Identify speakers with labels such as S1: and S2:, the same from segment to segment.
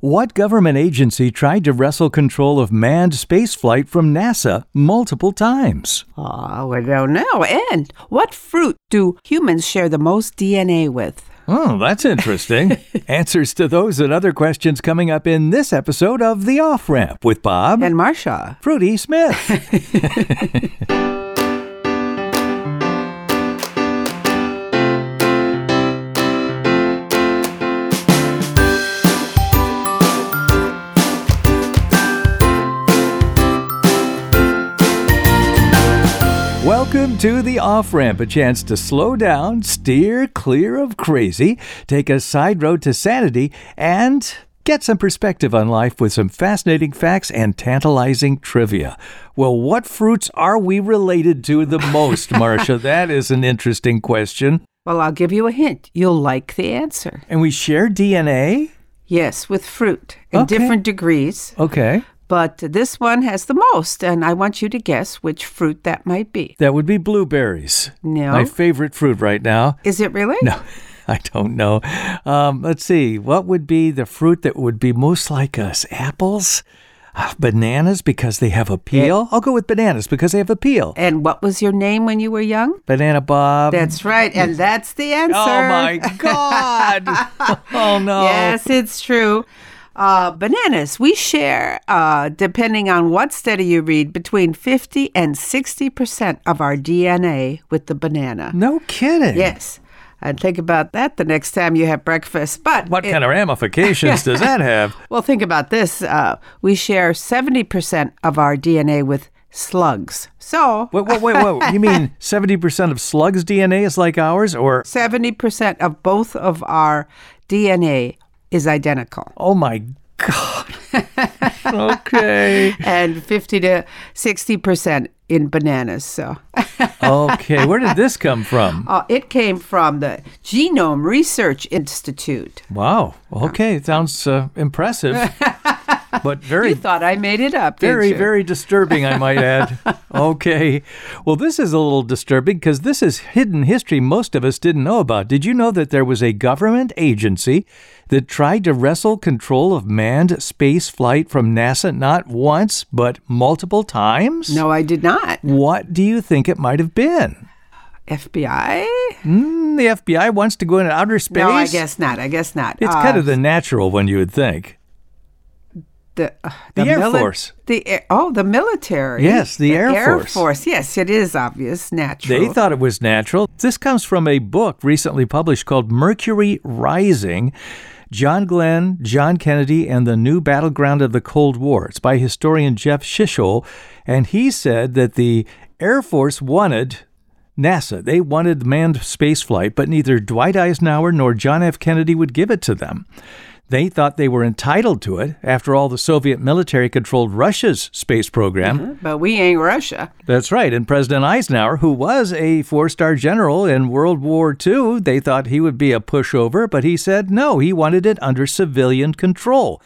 S1: What government agency tried to wrestle control of manned spaceflight from NASA multiple times?
S2: Oh, I don't know. And what fruit do humans share the most DNA with?
S1: Oh, that's interesting. Answers to those and other questions coming up in this episode of The Off Ramp with Bob
S2: And Marsha.
S1: Fruity Smith. Welcome to the off ramp, a chance to slow down, steer clear of crazy, take a side road to sanity, and get some perspective on life with some fascinating facts and tantalizing trivia. Well, what fruits are we related to the most, Marcia? that is an interesting question.
S2: Well, I'll give you a hint. You'll like the answer.
S1: And we share DNA?
S2: Yes, with fruit in
S1: Okay.
S2: different degrees,
S1: Okay.
S2: but this one has the most, and I want you to guess which fruit that might be.
S1: That would be blueberries.
S2: No.
S1: My favorite fruit right now.
S2: Is it really?
S1: No, I don't know. Um, let's see. What would be the fruit that would be most like us? Apples? Ah, Bananas because they have a peel? I'll go with bananas because they have a peel.
S2: And what was your name when you were young?
S1: Banana Bob.
S2: That's right, and that's the answer.
S1: Mm-hmm. oh my God. oh no.
S2: Yes, it's true. Uh, bananas, we share, uh, depending on what study you read, between 50 and 60% of our DNA with the banana.
S1: No kidding.
S2: Yes. And think about that the next time you have breakfast. But
S1: What
S2: it-
S1: kind of ramifications does that have?
S2: well, think about this. Uh, we share 70% of our DNA with slugs. So
S1: Wait, wait, wait, wait. You mean 70% of slugs' DNA is like ours? Or,
S2: 70% of both of our DNA is identical.
S1: oh my God. okay.
S2: and 50 to 60% in bananas. So
S1: Okay. Where did this come from?
S2: uh, it came from the Genome Research Institute.
S1: Wow. Okay. It sounds uh, impressive, but
S2: You
S1: very,
S2: thought I made it up, didn't
S1: very,
S2: you?
S1: very disturbing, I might add. Okay. Well, this is a little disturbing because this is hidden history most of us didn't know about. Did you know that there was a government agency that tried to wrestle control of manned space flight from NASA not once, but multiple times?
S2: No, I did not.
S1: What do you think it might have been?
S2: FBI?
S1: Hmm, the FBI wants to go into outer space?
S2: No, I guess not. I guess not.
S1: It's
S2: Uh,
S1: kind of the natural one you would think.
S2: the, uh,
S1: the Air
S2: mili-
S1: Force.
S2: The air, oh, the military.
S1: Yes, the Air
S2: Air
S1: Force.
S2: Force. Yes, it is obvious, natural.
S1: They thought it was natural. This comes from a book recently published called Mercury Rising John Glenn, John Kennedy, and the New Battleground of the Cold War. It's by historian Jeff Shishol, and he said that the Air Force wanted. NASA, they wanted manned spaceflight, but neither Dwight Eisenhower nor John F. Kennedy would give it to them. They thought they were entitled to it. After all, the Soviet military controlled Russia's space program.
S2: but we ain't Russia.
S1: That's right. And President Eisenhower, who was a four star general in World War II, they thought he would be a pushover, but he said no, he wanted it under civilian control.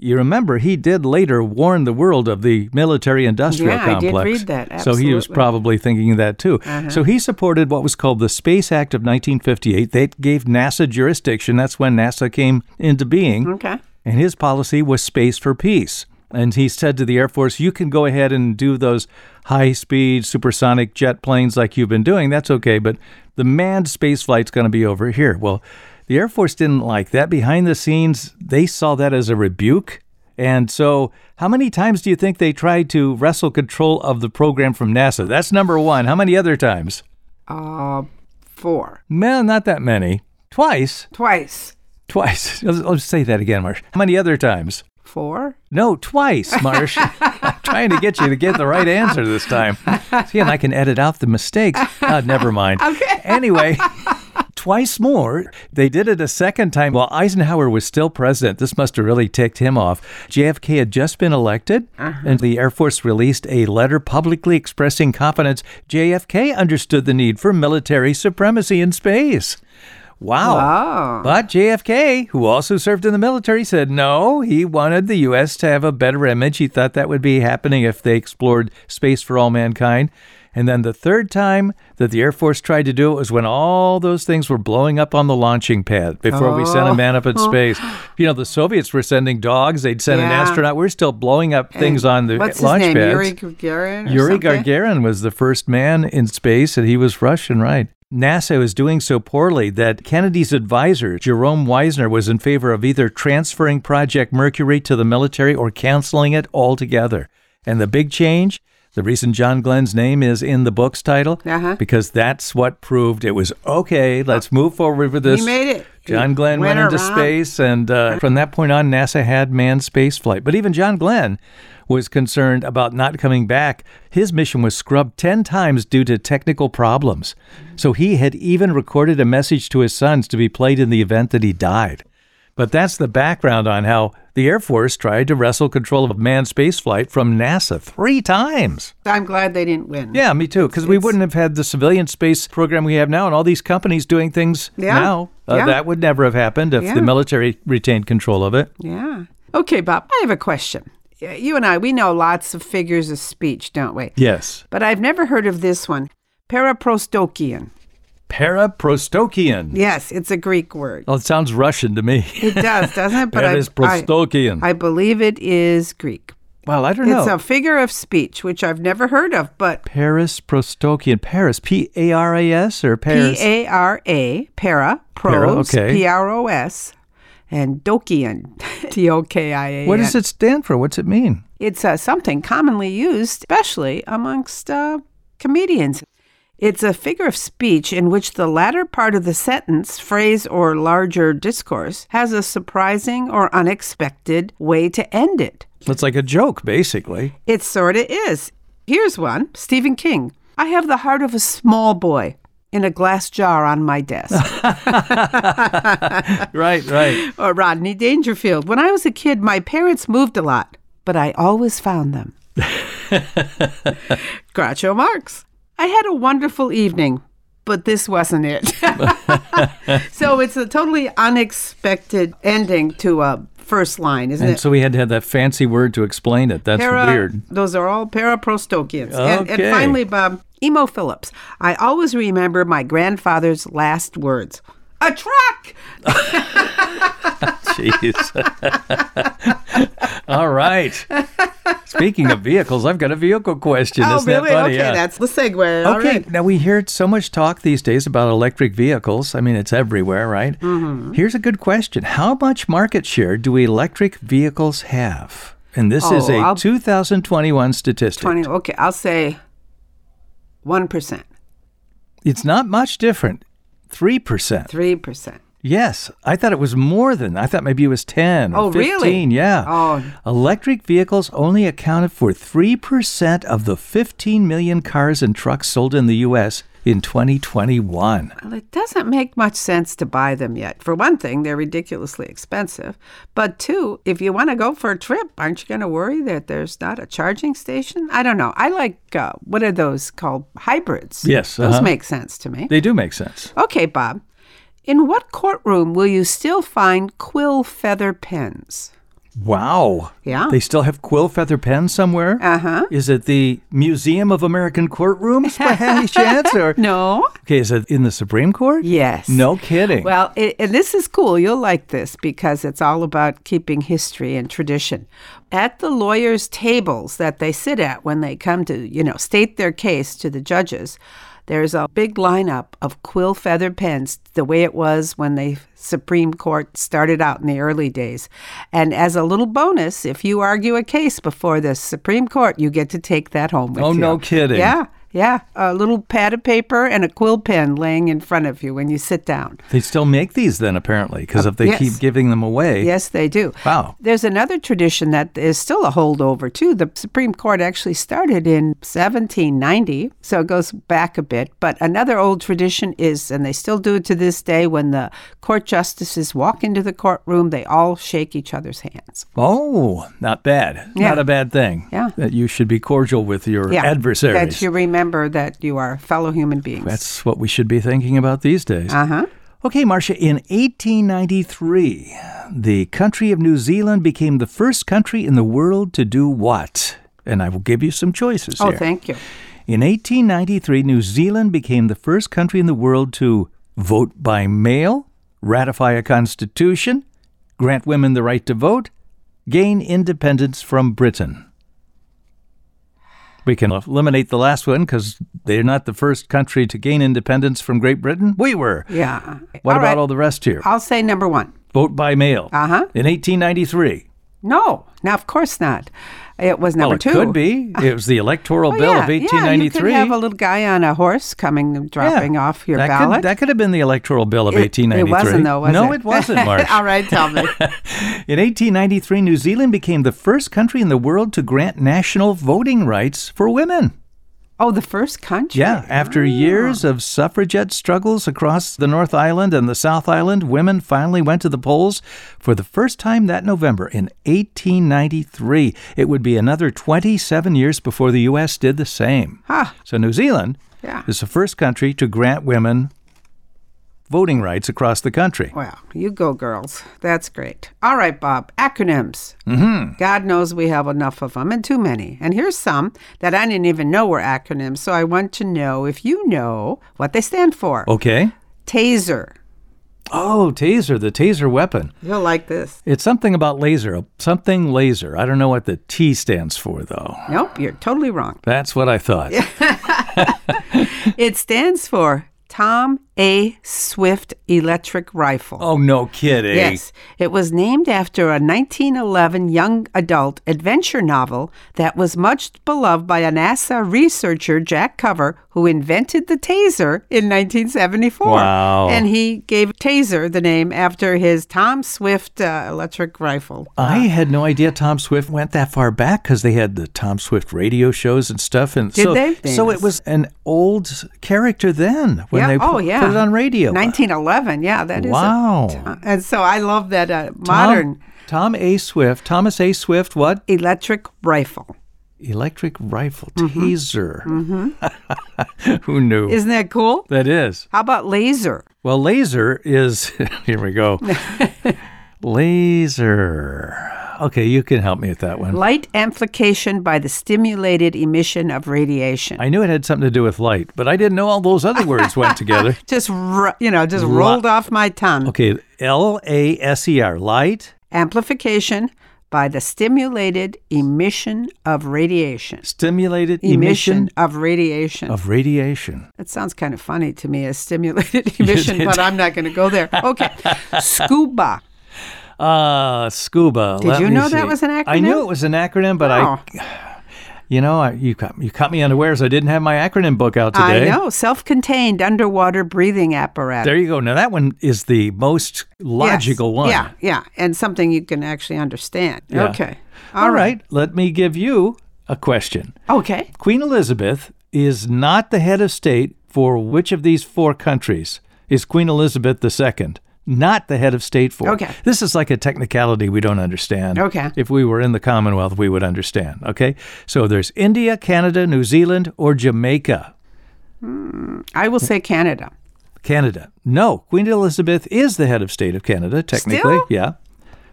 S1: You remember, he did later warn the world of the military industrial
S2: Yeah, I did
S1: complex.
S2: read that,
S1: So he was
S2: absolutely. Uh-huh.
S1: probably thinking that too. So he supported what was called the Space Act of 1958. That gave NASA jurisdiction. That's when NASA came into being
S2: Okay.
S1: and his policy was space for peace. And he said to the Air Force, You can go ahead and do those high speed supersonic jet planes like you've been doing. That's okay, but the manned space flight's going to be over here. Well, the Air Force didn't like that. Behind the scenes, they saw that as a rebuke. And so, how many times do you think they tried to wrestle control of the program from NASA? That's number one. How many other times?
S2: Uh, four.
S1: No, not that many. Twice.
S2: Twice.
S1: Twice. Let's let's say that again, Marsh. How many other times?
S2: Four?
S1: No, twice, Marsh. I'm trying to get you to get the right answer this time. See, and I can edit out the mistakes. Uh, never mind. Okay. Anyway, twice more. They did it a second time while Eisenhower was still president. This must have really ticked him off. JFK had just been elected, and the Air Force released a letter publicly expressing confidence JFK understood the need for military supremacy in space.
S2: Wow.
S1: But JFK, who also served in the military, said no. He wanted the U.S. to have a better image. He thought that would be happening if they explored space for all mankind. And then the third time that the Air Force tried to do it was when all those things were blowing up on the launching pad before we sent a man up in space. You know, the Soviets were sending dogs, they'd send an
S2: Oh. Yeah.
S1: astronaut. We're still blowing up things on the
S2: What's his
S1: launch
S2: name?
S1: pads.
S2: Yuri Gagarin. or
S1: Yuri
S2: something?
S1: Gagarin was the first man in space, and he was Russian, right? NASA was doing so poorly that Kennedy's advisor, Jerome Weisner, was in favor of either transferring Project Mercury to the military or canceling it altogether. And the big change, the reason John Glenn's name is in the book's title,
S2: Uh-huh.
S1: because that's what proved it was okay, let's move forward with this.
S2: He made it.
S1: John
S2: He
S1: Glenn went, into
S2: around.
S1: space, and uh, from that point on, NASA had manned space flight. But even John Glenn was concerned about not coming back. His mission was scrubbed 10 times due to technical problems. So he had even recorded a message to his sons to be played in the event that he died. But that's the background on how the Air Force tried to wrestle control of manned spaceflight from NASA three times.
S2: I'm glad they didn't win.
S1: Yeah, me too. Because we wouldn't have had the civilian space program we have now, and all these companies doing things
S2: Yeah,
S1: now. Uh,
S2: yeah.
S1: That would never have happened if
S2: Yeah.
S1: the military retained control of it.
S2: Yeah. Okay, Bob, I have a question. Y- You and I, we know lots of figures of speech, don't we?
S1: Yes.
S2: But I've never heard of this one. Paraprostokian.
S1: Paraprostokian.
S2: Yes, it's a Greek word.
S1: Well, it sounds Russian to me.
S2: It does, doesn't it? But I, I,
S1: Paraprostokian.
S2: I believe it is Greek.
S1: well, I don't
S2: It's
S1: know.
S2: a figure of speech, which I've never heard of, but
S1: Paris Prostokian. Paris. P A R A S or
S2: P
S1: Paris?
S2: A R A, para,
S1: Para,
S2: pros,
S1: okay.
S2: P R O S, and dokian, D O K I A N.
S1: What does it stand for? What's it mean?
S2: It's uh, something commonly used, especially amongst uh, comedians. It's a figure of speech in which the latter part of the sentence, phrase, or larger discourse has a surprising or unexpected way to end it.
S1: It's like a joke, basically.
S2: It sort of is. Here's one Stephen King. I have the heart of a small boy in a glass jar on my desk.
S1: right, right.
S2: or Uh, Rodney Dangerfield. When I was a kid, my parents moved a lot, but I always found them. Groucho Marx. I had a wonderful evening, but this wasn't it. so it's a totally unexpected ending to a first line, isn't
S1: And
S2: it?
S1: so we had to have that fancy word to explain it. That's
S2: Para-
S1: weird.
S2: Those are all paraprostokians. And, and
S1: Okay.
S2: finally, Bob, Emo Phillips. I always remember my grandfather's last words. A truck!
S1: Jeez. All right. Speaking of vehicles, I've got a vehicle question.
S2: Oh,
S1: Isn't
S2: really?
S1: that funny?
S2: okay,
S1: Yeah.
S2: that's the segue. All
S1: okay.
S2: right.
S1: Now we hear so much talk these days about electric vehicles. I mean, it's everywhere, right? Mm-hmm. Here's a good question: How much market share do electric vehicles have? And this is
S2: Oh,
S1: a
S2: I'll-
S1: 2021 statistic.
S2: 20 okay i'll say 1%
S1: It's not much different. Three percent.
S2: 3%
S1: Yes, I thought it was more than. I thought maybe it was ten or
S2: Oh, really?
S1: fifteen. Yeah.
S2: Oh.
S1: Electric vehicles only accounted for three percent of the 15 million cars and trucks sold in the U.S. in 2021.
S2: well it doesn't make much sense to buy them yet for one thing they're ridiculously expensive but two if you want to go for a trip aren't you going to worry that there's not a charging station i don't know i like uh, what are those called hybrids
S1: Yes,
S2: those
S1: uh-huh.
S2: make sense to me
S1: They do make sense.
S2: okay bob in what courtroom will you still find quill feather pens
S1: Wow.
S2: Yeah.
S1: They still have quill feather pens somewhere.
S2: uh-huh
S1: Is it the Museum of American Courtrooms by any chance? Or
S2: no
S1: okay, is it in the Supreme Court?
S2: yes
S1: No kidding.
S2: Well, it, and this is cool. You'll like this because it's all about keeping history and tradition. At the lawyers' tables that they sit at when they come to, you know, state their case to the judges, there's a big lineup of quill feather pens, the way it was when the Supreme Court started out in the early days. And as a little bonus, if you argue a case before the Supreme Court, you get to take that home with
S1: Oh,
S2: you.
S1: no kidding.
S2: Yeah. Yeah, a little pad of paper and a quill pen laying in front of you when you sit down.
S1: they still make these then apparently because if they
S2: Uh, yes.
S1: keep giving them away.
S2: Yes, they do.
S1: Wow.
S2: There's another tradition that is still a holdover, too. The Supreme Court actually started in 1790, so it goes back a bit. But another old tradition is, and they still do it to this day, when the court justices walk into the courtroom, they all shake each other's hands.
S1: Oh, not bad.
S2: Yeah.
S1: Not a bad thing.
S2: Yeah.
S1: That you should be cordial with your adversaries.
S2: That you remember that you are fellow human beings.
S1: That's what we should be thinking about these days.
S2: uh huh.
S1: Okay, Marcia, in 1893, the country of New Zealand became the first country in the world to do what? And I will give you some choices
S2: Oh,
S1: here.
S2: thank you.
S1: In 1893, New Zealand became the first country in the world to vote by mail, ratify a constitution, grant women the right to vote, gain independence from Britain. We can eliminate the last one because they're not the first country to gain independence from Great Britain. We were.
S2: Yeah.
S1: What
S2: All
S1: about
S2: right.
S1: all the rest here?
S2: I'll say number one.
S1: Vote by mail.
S2: Uh-huh.
S1: In 1893.
S2: No, now of course not. It was number
S1: well, Oh, it
S2: two.
S1: could be. It was the Electoral
S2: Oh,
S1: Bill
S2: yeah,
S1: of
S2: Yeah, you
S1: 1893.
S2: could have a little guy on a horse coming,
S1: Yeah.
S2: dropping off your
S1: that
S2: ballot.
S1: Could, that could have been the Electoral Bill of
S2: It-
S1: 1893.
S2: It wasn't though, was
S1: no,
S2: it?
S1: it, wasn't, Marsh.
S2: All right, tell me.
S1: In 1893, New Zealand became the first country in the world to grant national voting rights for women.
S2: Oh, the first country. Ah.
S1: Yeah, after years of suffragette struggles across the North Island and the South Island, women finally went to the polls for the first time that November in 1893. It would be another 27 years before the U.S. did the same.
S2: Huh.
S1: So New Zealand
S2: Yeah.
S1: is the first country to grant women voting rights across the country.
S2: Well, you go, girls. That's great. All right, Bob. Acronyms. Mm-hmm. God knows we have enough of them and too many. And here's some that I didn't even know were acronyms. So I want to know if you know what they stand for.
S1: Okay.
S2: Taser.
S1: Oh, taser, the taser weapon.
S2: You'll like this.
S1: It's something about laser, something laser. I don't know what the T stands for, though.
S2: Nope, you're totally wrong.
S1: That's what I thought.
S2: It stands for Tom A. Swift Electric Rifle.
S1: Oh, no kidding.
S2: Yes, it was named after a 1911 young adult adventure novel that was much beloved by a NASA researcher, Jack Cover, who invented the taser in 1974.
S1: Wow.
S2: And he gave taser the name after his Tom Swift uh, electric rifle.
S1: I had no idea Tom Swift went that far back because they had the Tom Swift radio shows and stuff, and
S2: Did
S1: so
S2: they?
S1: so it was an old character then when
S2: yeah.
S1: they
S2: oh,
S1: pu-
S2: yeah.
S1: put it on radio.
S2: 1911. Yeah, that is. a-
S1: Wow.
S2: and so I love that uh,
S1: Tom-
S2: modern
S1: Tom A. Swift, Thomas A. Swift, what
S2: electric rifle.
S1: electric rifle
S2: Mm-hmm.
S1: taser? Who knew?
S2: Isn't that cool?
S1: that is.
S2: How about laser?
S1: Well, laser is here we go. laser. Okay, you can help me with that one.
S2: Light amplification by the stimulated emission of radiation.
S1: I knew it had something to do with light, but I didn't know all those other words went together.
S2: just ru- you know, just rolled off my tongue.
S1: Okay, L A S E R, light
S2: Amplification by the stimulated emission of radiation.
S1: stimulated
S2: Emission
S1: emission,
S2: of radiation.
S1: of radiation.
S2: That sounds kind of funny to me as stimulated emission, but I'm not going to go there. Okay. Scuba.
S1: Uh, scuba.
S2: Did
S1: let
S2: you
S1: me
S2: know that
S1: see.
S2: was an
S1: I knew
S2: acronym?
S1: it was an acronym, but
S2: Oh.
S1: I, you know, I, you caught you caught me unawares. I didn't have my acronym book out
S2: I
S1: today.
S2: know. Self contained underwater breathing apparatus.
S1: There you go. Now that one is the most logical
S2: Yes.
S1: one.
S2: Yeah, yeah. And something you can actually understand.
S1: Yeah.
S2: Okay.
S1: All right, let me give you a question.
S2: Okay.
S1: Queen Elizabeth is not the head of state for which of these four countries is Queen Elizabeth II? Not the head of state for.
S2: Okay.
S1: This is like a technicality we don't understand.
S2: Okay.
S1: If we were in the Commonwealth, we would understand. Okay. So there's India, Canada, New Zealand, or Jamaica.
S2: I will say Canada.
S1: Canada. No, Queen Elizabeth is the head of state of Canada, technically.
S2: Still?
S1: Yeah.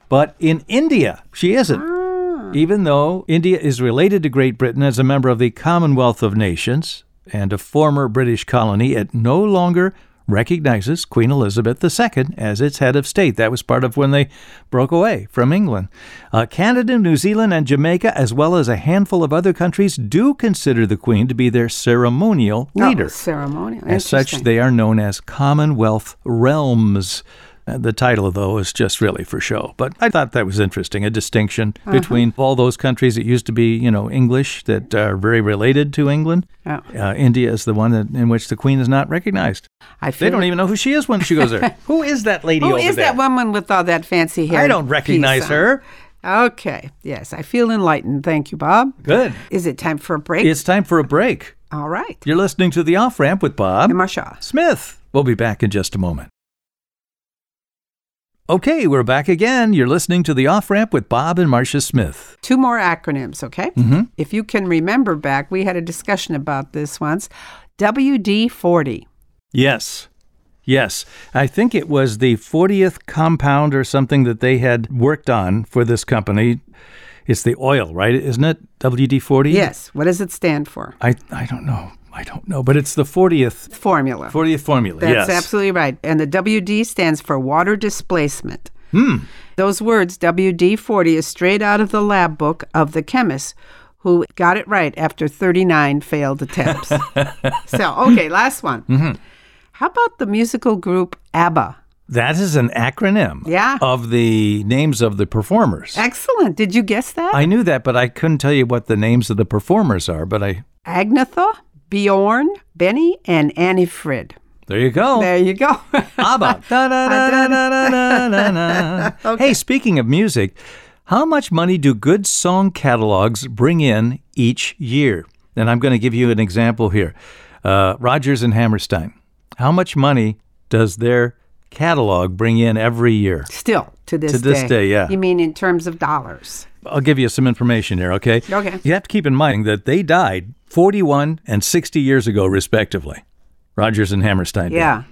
S1: But in India, she isn't. Even though India is related to Great Britain as a member of the Commonwealth of Nations and a former British colony, it no longer recognizes Queen Elizabeth II as its head of state. That was part of when they broke away from England. Uh, Canada, New Zealand, and Jamaica, as well as a handful of other countries, do consider the Queen to be their ceremonial
S2: No,
S1: leader.
S2: Oh, ceremonial.
S1: As such,
S2: Interesting.
S1: they are known as Commonwealth Realms. Uh, The title, though, is just really for show. But I thought that was interesting a distinction
S2: Uh-huh.
S1: between all those countries that used to be, you know, English that are very related to England.
S2: Yeah.
S1: Uh, India is the one that, in which the Queen is not recognized.
S2: I
S1: They
S2: feel
S1: don't even know who she is when she goes there. who is that lady
S2: Who
S1: over
S2: is
S1: there?
S2: that woman with all that fancy hair?
S1: I don't recognize
S2: piece on?
S1: her.
S2: Okay. Yes, I feel enlightened. Thank you, Bob.
S1: Good.
S2: Is it time for a break?
S1: It's time for a break.
S2: all right.
S1: You're listening to The Off Ramp with Bob.
S2: Emma Shaw.
S1: Smith. We'll be back in just a moment. Okay, we're back again. You're listening to The Off Ramp with Bob and Marcia Smith.
S2: Two more acronyms, okay?
S1: Mm-hmm.
S2: If you can remember back, we had a discussion about this once. WD 40.
S1: Yes. Yes. I think it was the 40th compound or something that they had worked on for this company. It's the oil, right? Isn't it? WD 40?
S2: Yes. What does it stand for?
S1: I, I don't know. I don't know. But it's the 40th,
S2: Formula.
S1: 40th formula.
S2: That's
S1: yes.
S2: absolutely right. And the WD stands for water displacement.
S1: Hmm.
S2: Those words, WD 40, is straight out of the lab book of the chemist who got it right after 39 failed attempts. so, okay, last one.
S1: Mm-hmm.
S2: How about the musical group ABBA?
S1: That is an acronym
S2: Yeah.
S1: of the names of the performers.
S2: Excellent. Did you guess that?
S1: I knew that, but I couldn't tell you what the names of the performers are. But I,
S2: Agnetha, Bjorn, Benny, and Annie Frid.
S1: there you go.
S2: There you go.
S1: ABBA. Da, da, da, da, da, da, da, da, da. Hey, speaking of music, how much money do good song catalogs bring in each year? And I'm going to give you an example here. Uh, Rogers and Hammerstein. How much money does their catalog bring in every year?
S2: Still to this
S1: To
S2: day.
S1: this day, yeah.
S2: You mean in terms of dollars?
S1: I'll give you some information here, okay?
S2: Okay.
S1: You have to keep in mind that they died 41 and 60 years ago, respectively. Rogers and Hammerstein. did.
S2: Yeah.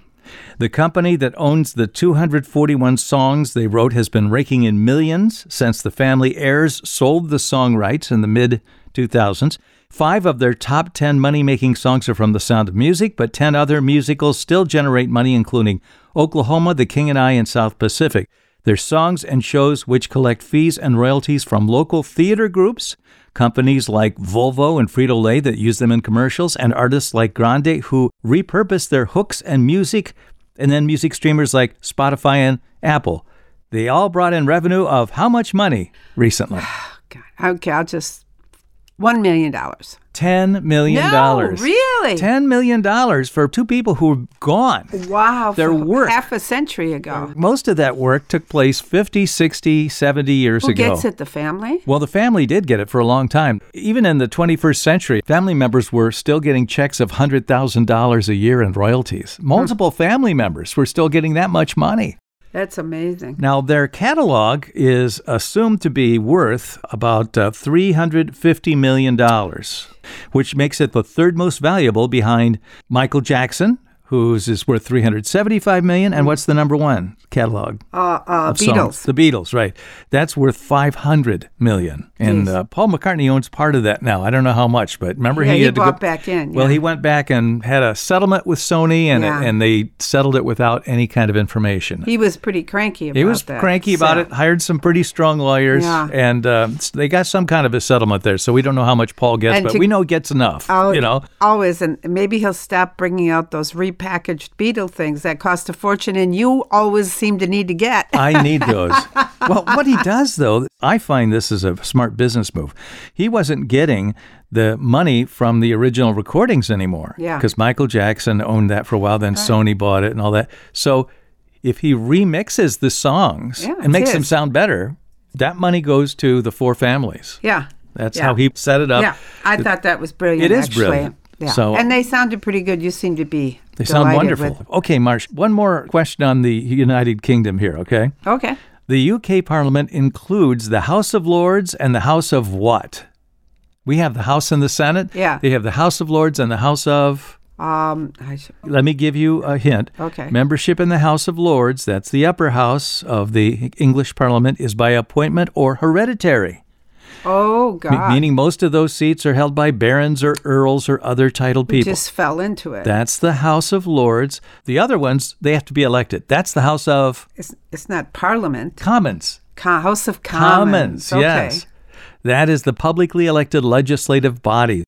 S1: The company that owns the 241 songs they wrote has been raking in millions since the family heirs sold the song rights in the mid 2000s. Five of their top 10 money making songs are from The Sound of Music, but 10 other musicals still generate money, including Oklahoma, The King and I, and South Pacific. Their songs and shows, which collect fees and royalties from local theater groups, companies like Volvo and Frito Lay that use them in commercials, and artists like Grande who repurpose their hooks and music, and then music streamers like Spotify and Apple. They all brought in revenue of how much money recently?
S2: God. Okay, I'll just $1 million.
S1: $10 million.
S2: No, really?
S1: $10 million for two people who were gone.
S2: Wow.
S1: Their
S2: for
S1: work.
S2: Half a century ago.
S1: Most of that work took place 50, 60, 70 years
S2: Who
S1: ago.
S2: gets it? The family?
S1: Well, the family did get it for a long time. Even in the 21st century, family members were still getting checks of $100,000 a year in royalties.
S2: Hmm.
S1: Multiple family members were still getting that much money.
S2: That's amazing.
S1: Now, their catalog is assumed to be worth about uh, $350 million, which makes it the third most valuable behind Michael Jackson, whose is worth $375 million. And what's the number one catalog?
S2: Uh, uh,
S1: of songs.
S2: Beatles.
S1: The Beatles, right? That's worth 500 million. And uh, Paul McCartney owns part of that now. I don't know how much, but remember
S2: Yeah,
S1: he,
S2: he
S1: had to
S2: bought
S1: go
S2: back in,
S1: Well,
S2: yeah.
S1: he went back and had a settlement with Sony and
S2: Yeah.
S1: and they settled it without any kind of information.
S2: He was pretty cranky about
S1: He was
S2: that,
S1: cranky about
S2: so-
S1: it, hired some pretty strong lawyers,
S2: Yeah.
S1: and uh, s- they got some kind of a settlement there. So we don't know how much Paul gets,
S2: And
S1: but
S2: to- Oh,
S1: we know he gets enough. you know,
S2: always, and maybe he'll stop bringing out those repackaged Beetle things that cost a fortune, and you always seem to need to get.
S1: I need those. well, what he does, though, I find this is a smart business move. He wasn't getting the money from the original recordings anymore.
S2: Yeah.
S1: Because Michael Jackson owned that for a while, then Sony bought it and all that. So if he remixes the songs
S2: Yeah,
S1: and makes
S2: it
S1: them
S2: is.
S1: sound better, that money goes to the four families.
S2: yeah,
S1: That's
S2: Yeah.
S1: how he set uh, it up.
S2: yeah. I thought that was brilliant.
S1: It is
S2: actually.
S1: brilliant.
S2: Yeah.
S1: So-
S2: and they sounded pretty good. You seem to be.
S1: They sound
S2: delighted
S1: wonderful. Okay, Marsh, one more question on the United Kingdom here, okay?
S2: with- okay.
S1: The UK Parliament includes the House of Lords and the House of what? We have the House and the Senate.
S2: Yeah.
S1: They have the House of Lords and the House of.
S2: Um, I should,
S1: Let me give you a hint.
S2: Okay.
S1: Membership in the House of Lords, that's the upper house of the English Parliament, is by appointment or hereditary,
S2: oh
S1: me-
S2: God,
S1: meaning most of those seats are held by barons or earls or other titled people.
S2: just fell into it.
S1: that's the House of Lords. The other ones, they have to be elected. That's the House of
S2: it's, it's not Parliament,
S1: Commons.
S2: Co- House of Commons.
S1: Commons,
S2: okay.
S1: yes. That is the publicly elected legislative body.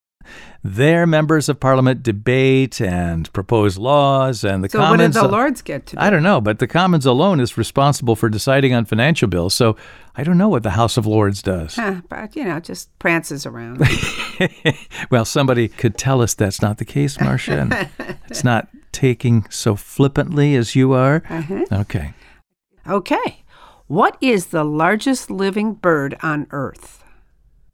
S1: Their members of parliament debate and propose laws, and the
S2: So what did
S1: Commons.
S2: the Lords get to? Do?
S1: I don't know, but the Commons alone is responsible for deciding on financial bills. So I don't know what the House of Lords does.
S2: Huh, but you know, just prances around.
S1: well, somebody could tell us that's not the case, Marcia. and it's not taking so flippantly as you are.
S2: Uh-huh.
S1: Okay.
S2: Okay. What is the largest living bird on Earth?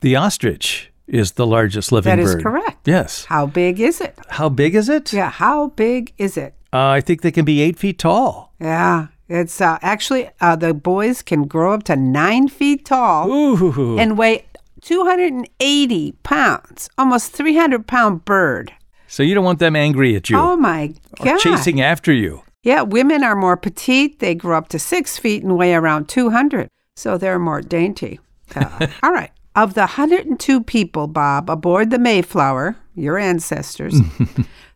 S1: The ostrich is the largest living
S2: That
S1: bird.
S2: is correct.
S1: Yes.
S2: How big is it?
S1: How big is it?
S2: Yeah, how big is it?
S1: Uh, I think they can be eight feet tall.
S2: Yeah, it's uh, actually uh, the boys can grow up to nine feet tall
S1: Ooh.
S2: Oh. and weigh 280 pounds, almost 300 pound bird.
S1: So you don't want them angry at you
S2: Oh my
S1: or
S2: God.
S1: chasing after you.
S2: Yeah, women are more petite. They grow up to six feet and weigh around 200, so they're more dainty. Uh, all right. Of the 102 people, Bob, aboard the Mayflower, your ancestors,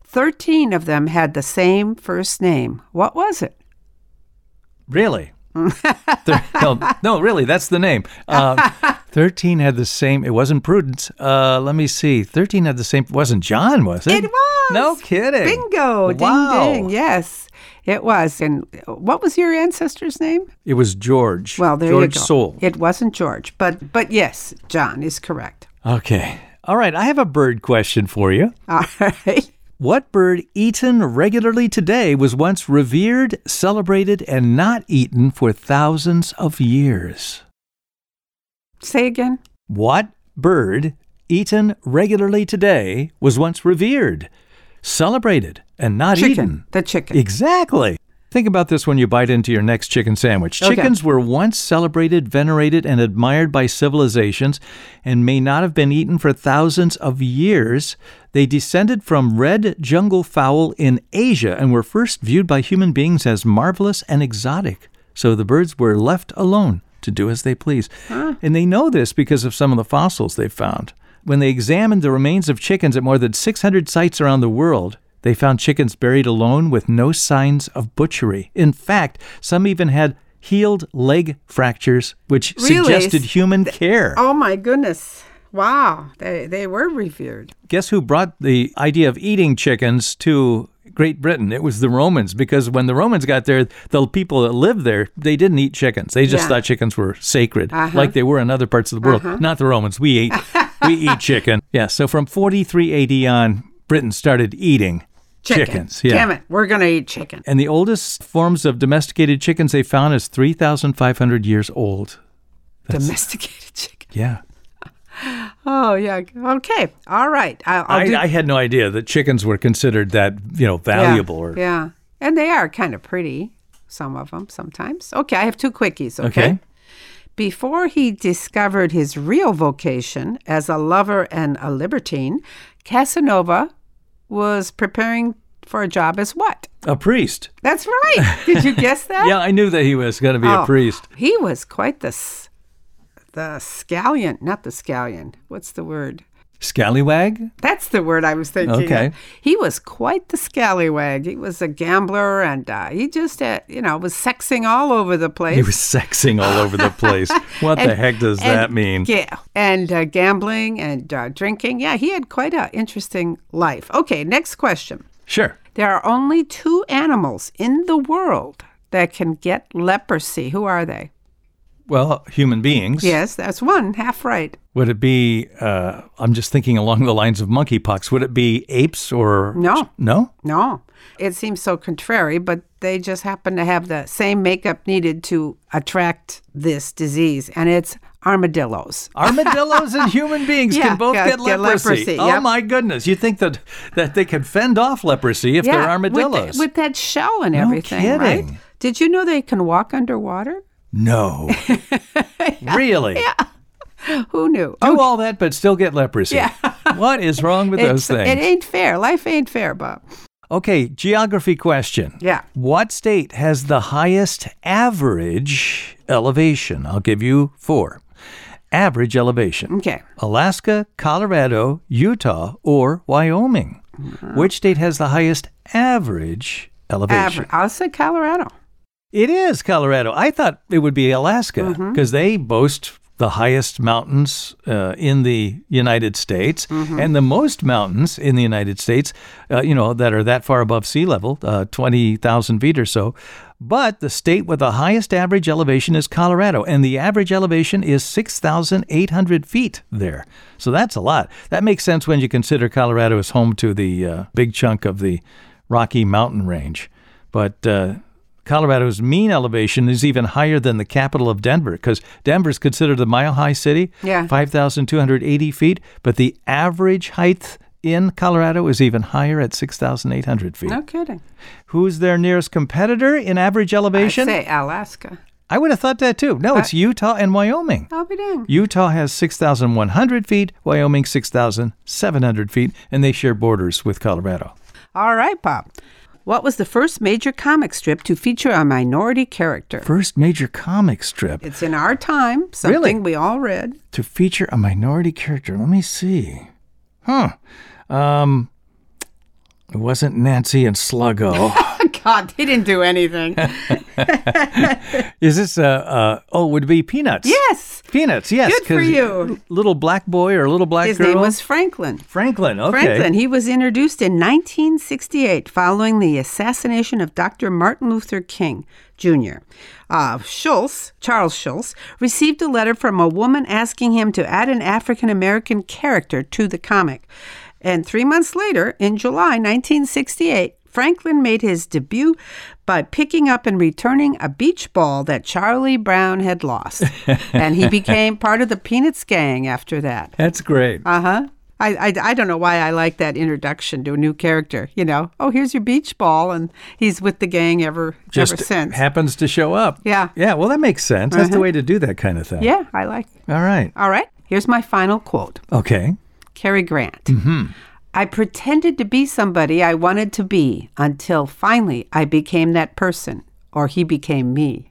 S2: 13 of them had the same first name. What was it?
S1: Really? Thir- no, no, really, that's the name. Uh, 13 had the same, it wasn't Prudence. Uh, let me see. 13 had the same, wasn't John, was it?
S2: It was.
S1: No kidding.
S2: Bingo. Ding,
S1: Wow.
S2: ding. Yes, it was. And what was your ancestor's name?
S1: It was George.
S2: Well, there
S1: George
S2: you go.
S1: Soule.
S2: It wasn't George, but but yes, John is correct.
S1: Okay. All right, I have a bird question for you.
S2: All right.
S1: What bird eaten regularly today was once revered, celebrated, and not eaten for thousands of years?
S2: Say again.
S1: What bird eaten regularly today was once revered, celebrated, and not
S2: chicken.
S1: eaten?
S2: The chicken.
S1: Exactly. Think about this when you bite into your next chicken sandwich.
S2: Okay.
S1: Chickens were once celebrated, venerated, and admired by civilizations and may not have been eaten for thousands of years. They descended from red jungle fowl in Asia and were first viewed by human beings as marvelous and exotic. So the birds were left alone to do as they please. And they know this because of some of the fossils they found. When they examined the remains of chickens at more than 600 sites around the world, they found chickens buried alone with no signs of butchery. In fact, some even had healed leg fractures, which
S2: Really?
S1: suggested human care.
S2: oh my goodness. Wow. They they were revered.
S1: Guess who brought the idea of eating chickens to Great Britain? It was the Romans, because when the Romans got there, the people that lived there, they didn't eat chickens. They just
S2: Yeah.
S1: thought chickens were sacred,
S2: Uh-huh.
S1: like they were in other parts of the world. Not the Romans. We ate, we eat chicken. Yeah. So from 43 AD on, Britain started eating
S2: Chicken.
S1: chickens. Yeah.
S2: Damn it. We're going to eat chicken.
S1: And the oldest forms of domesticated chickens they found is 3,500 years old.
S2: Domesticated chicken.
S1: Yeah.
S2: Oh, yeah. Okay. All right. I'll, I'll
S1: I,
S2: do
S1: I had no idea that chickens were considered that, you know,
S2: Oh, Yeah,
S1: valuable or
S2: yeah. And they are kind of pretty, some of them sometimes. Okay, I have two quickies, okay?
S1: Okay.
S2: Before he discovered his real vocation as a lover and a libertine, Casanova was preparing for a job as what?
S1: a priest.
S2: That's right. Did you guess that?
S1: Yeah, I knew that he was going to be
S2: Oh,
S1: a priest.
S2: He was quite the s- the scallion, not the scallion. What's the word?
S1: Scallywag?
S2: That's the word I was thinking. of.
S1: Okay.
S2: He was quite the scallywag. He was a gambler and uh, he just, uh, you know, was sexing all over the place.
S1: He was sexing all over the place. What the
S2: And-
S1: heck does
S2: and-
S1: that mean?
S2: Yeah. And uh, gambling and uh, drinking. Yeah, he had quite an interesting life. Okay, next question.
S1: Sure.
S2: There are only two animals in the world that can get leprosy. Who are they?
S1: Well, human beings.
S2: Yes, that's one, half right.
S1: Would it be, uh, I'm just thinking along the lines of monkeypox, would it be apes or.
S2: No.
S1: No?
S2: No, it seems so contrary, but they just happen to have the same makeup needed to attract this disease, and it's armadillos.
S1: Armadillos and human beings
S2: Yeah,
S1: can both
S2: got-
S1: get,
S2: get
S1: leprosy.
S2: leprosy,
S1: Oh
S2: yep.
S1: my goodness! You think that that they can fend off leprosy if
S2: yeah,
S1: they're armadillos?
S2: With, th- with that shell and everything,
S1: kidding.
S2: right? Did you know they can walk underwater?
S1: No, really?
S2: Who knew?
S1: Do all that, but still get leprosy. what is wrong with those
S2: It's- it
S1: things?
S2: ain't fair. Life ain't fair, Bob.
S1: okay, geography question.
S2: Yeah.
S1: What state has the highest average elevation? I'll give you four. Average elevation.
S2: Okay.
S1: Alaska, Colorado, Utah, or Wyoming?
S2: Uh-huh.
S1: Which state has the highest average elevation?
S2: Aver- I'll say Colorado.
S1: It is Colorado. I thought it would be Alaska because they boast the highest mountains uh, in the United States and the most mountains in the United States, uh, you know, that are that far above sea level, uh, 20,000 feet or so. But the state with the highest average elevation is Colorado, and the average elevation is 6,800 feet there. So that's a lot. That makes sense when you consider Colorado is home to the uh, big chunk of the Rocky Mountain Range. But uh, Colorado's mean elevation is even higher than the capital of Denver because Denver's considered the mile high city,
S2: Yeah.
S1: 5,280 feet, but the average height in Colorado is even higher at 6,800 feet.
S2: No kidding.
S1: Who's their nearest competitor in average
S2: I
S1: elevation?
S2: say Alaska.
S1: I would have thought that too. No, it's Utah and Wyoming.
S2: I'll be dang.
S1: Utah has 6,100 feet, Wyoming 6,700 feet, and they share borders with Colorado.
S2: All right, Bob. What was the first major comic strip to feature a minority character?
S1: First major comic strip
S2: It's in our time, something
S1: Really?
S2: we all read.
S1: to feature a minority character. Let me see. Huh. Um, it wasn't Nancy and Sluggo.
S2: God, they didn't do anything.
S1: Is this, uh, uh, oh, would it be Peanuts?
S2: yes.
S1: Peanuts, yes.
S2: Good for
S1: 'cause
S2: you.
S1: Little black boy or little black
S2: His
S1: girl?
S2: name was Franklin.
S1: Franklin, okay.
S2: Franklin. He was introduced in 1968 following the assassination of Dr. Martin Luther King Jr. Uh, Schultz, Charles Schultz, received a letter from a woman asking him to add an African American character to the comic. And three months later, in July 1968, Franklin made his debut by picking up and returning a beach ball that Charlie Brown had lost. and he became part of the Peanuts gang after that.
S1: That's great.
S2: Uh huh. I, I, I don't know why I like that introduction to a new character. You know, oh, here's your beach ball, and he's with the gang ever
S1: Just
S2: ever since.
S1: happens to show up.
S2: Yeah. Uh-huh.
S1: Yeah, well, that makes sense. That's the way to do that kind of thing.
S2: yeah, I like it.
S1: All right.
S2: All right, here's my final quote
S1: Okay.
S2: Cary Grant.
S1: Mm-hmm.
S2: I pretended to be somebody I wanted to be until finally I became that person, or he became me.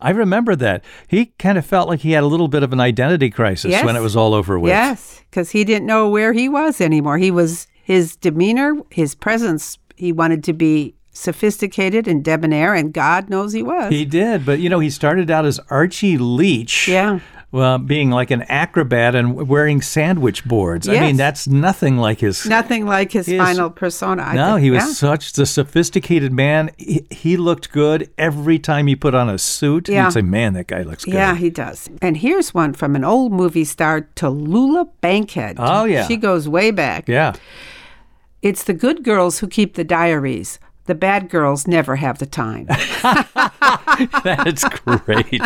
S1: I remember that. He kind of felt like he had a little bit of an identity crisis
S2: Yes.
S1: when it was all over with.
S2: Yes, because he didn't know where he was anymore. He was his demeanor, his presence. He wanted to be sophisticated and debonair, and God knows he was.
S1: He did, but you know, he started out as Archie Leach.
S2: yeah.
S1: Well, being like an acrobat and wearing sandwich boards. I mean,
S2: Yes.
S1: that's nothing like his.
S2: Nothing like his,
S1: His-
S2: final persona. I
S1: no,
S2: think.
S1: he was
S2: Yeah.
S1: such the sophisticated man. He, he looked good every time he put on a suit.
S2: Yeah.
S1: You'd say, man, that guy looks good.
S2: Yeah, he does. And here's one from an old movie star, Tallulah Bankhead.
S1: Oh, yeah.
S2: She goes way back.
S1: Yeah.
S2: It's the good girls who keep the diaries. The bad girls never have the time.
S1: That's great.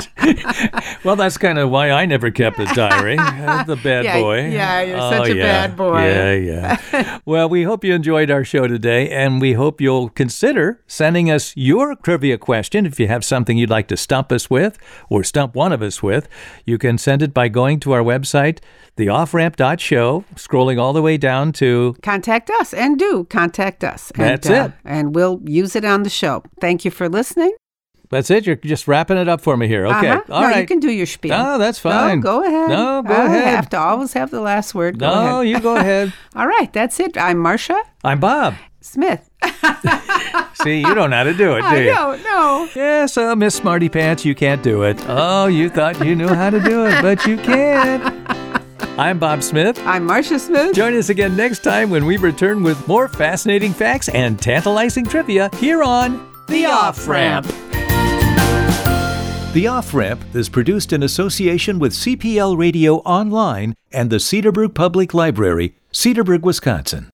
S1: well, that's kind of why I never kept a diary. I'm the bad
S2: Yeah,
S1: boy. Oh,
S2: yeah, you're such a bad boy.
S1: Yeah, yeah. well, we hope you enjoyed our show today, and we hope you'll consider sending us your trivia question if you have something you'd like to stump us with or stump one of us with. You can send it by going to our website, theofframp.show, scrolling all the way down to
S2: contact us and do contact us. And, uh,
S1: That's it.
S2: And we'll use it on the show. Thank you for listening.
S1: that's it. You're just wrapping it up for me here. Okay.
S2: Uh-huh.
S1: all
S2: no,
S1: right.
S2: you can do your spiel.
S1: No, that's fine.
S2: No, go ahead.
S1: No, go
S2: I
S1: ahead.
S2: have to always have the last word. Go
S1: no,
S2: ahead.
S1: you go ahead.
S2: All right, that's it. I'm Marcia
S1: I'm Bob.
S2: Smith.
S1: See, you don't know how to do it, do
S2: I
S1: you?
S2: don't know.
S1: Yes, uh, Miss Smarty Pants, you can't do it. Oh, you thought you knew how to do it, but you can't. I'm Bob Smith.
S2: I'm Marcia Smith.
S1: Join us again next time when we return with more fascinating facts and tantalizing trivia here on The Off Ramp.
S3: The Off Ramp is produced in association with CPL Radio Online and the Cedarbrook Public Library, Cedarburg, Wisconsin.